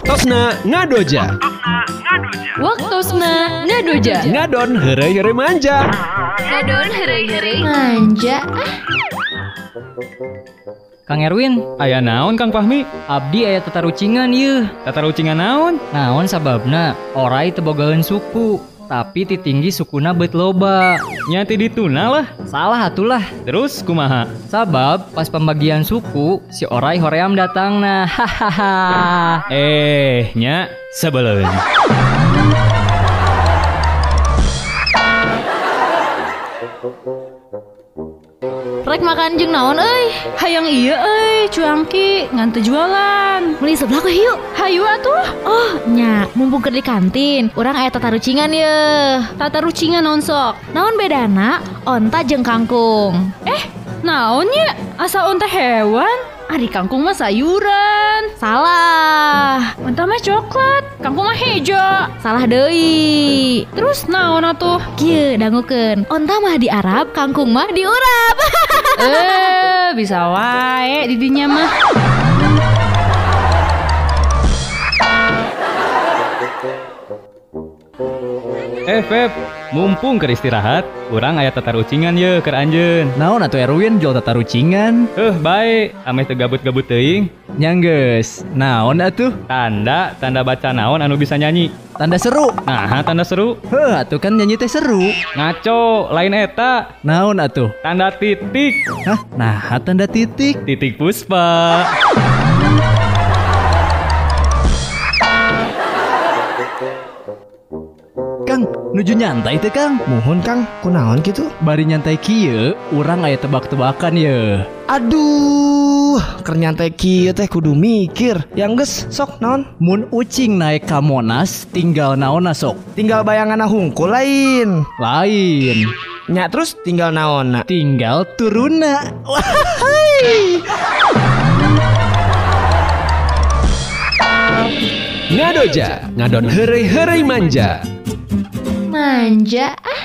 Waktosna ngadoja. Waktosna ngadoja Ngadon heureuy-heureuy manja. Ngadon herei-herei manja Kang Erwin, Ayah naon Kang Fahmi? abdi aya tatarucingan ieu. Tata rucingan naon? Naon sababna? Orai tebogaeun suku, tapi titinggi sukuna beut loba. Nyati dituna lah. Salah atulah. Terus kumaha? Sabab pas pembagian suku, si Orai hoream datang nah. Hahaha. Eh, nya sebelum. Rek makan jeung naon euy Hayang iya euy cuangki ngan teu jualan Beli sebelah ke hiu Hayu atuh Oh nya mumpung keur di kantin Urang aya tata rucingan ye Tata rucingan naon sok Naon bedana onta jeung kangkung Eh naonnya Asa onta hewan Ari kangkung mah sayuran Salah Onta mah coklat Kangkung mah hejo Salah deui Terus naon atuh Kieu dangukeun Onta mah di Arab Kangkung mah di Urap Eh bisa wae didinya mah Eh, Feb, mumpung keur istirahat, urang aya tata rucingan ye keur anjeun. Naon atuh Erwin jual tata rucingan? Eh, bae, ameh teu gabut-gabut teuing. Nyangges. Naon atuh? Tanda, tanda baca naon anu bisa nyanyi. Tanda seru. Nah, tanda seru. Heh, atuh kan nyanyi teh seru. Ngaco, lain eta. Naon atuh? Tanda titik, Hah? Nah, tanda titik. titik puspa. Kang, nuju nyantai teh Kang. Mohon Kang, kunaon gitu? Bari nyantai kieu, urang aya tebak-tebakan ye. Aduh, keur nyantai kieu teh kudu mikir. Yang geus sok naon? Mun ucing naik ka Monas, tinggal naon sok. Tinggal bayanganna hungkul lain. Lain, Nya terus tinggal naon? tinggal turuna. Ngadoja. Ngadon heureuy-heureuy manja. Manja ah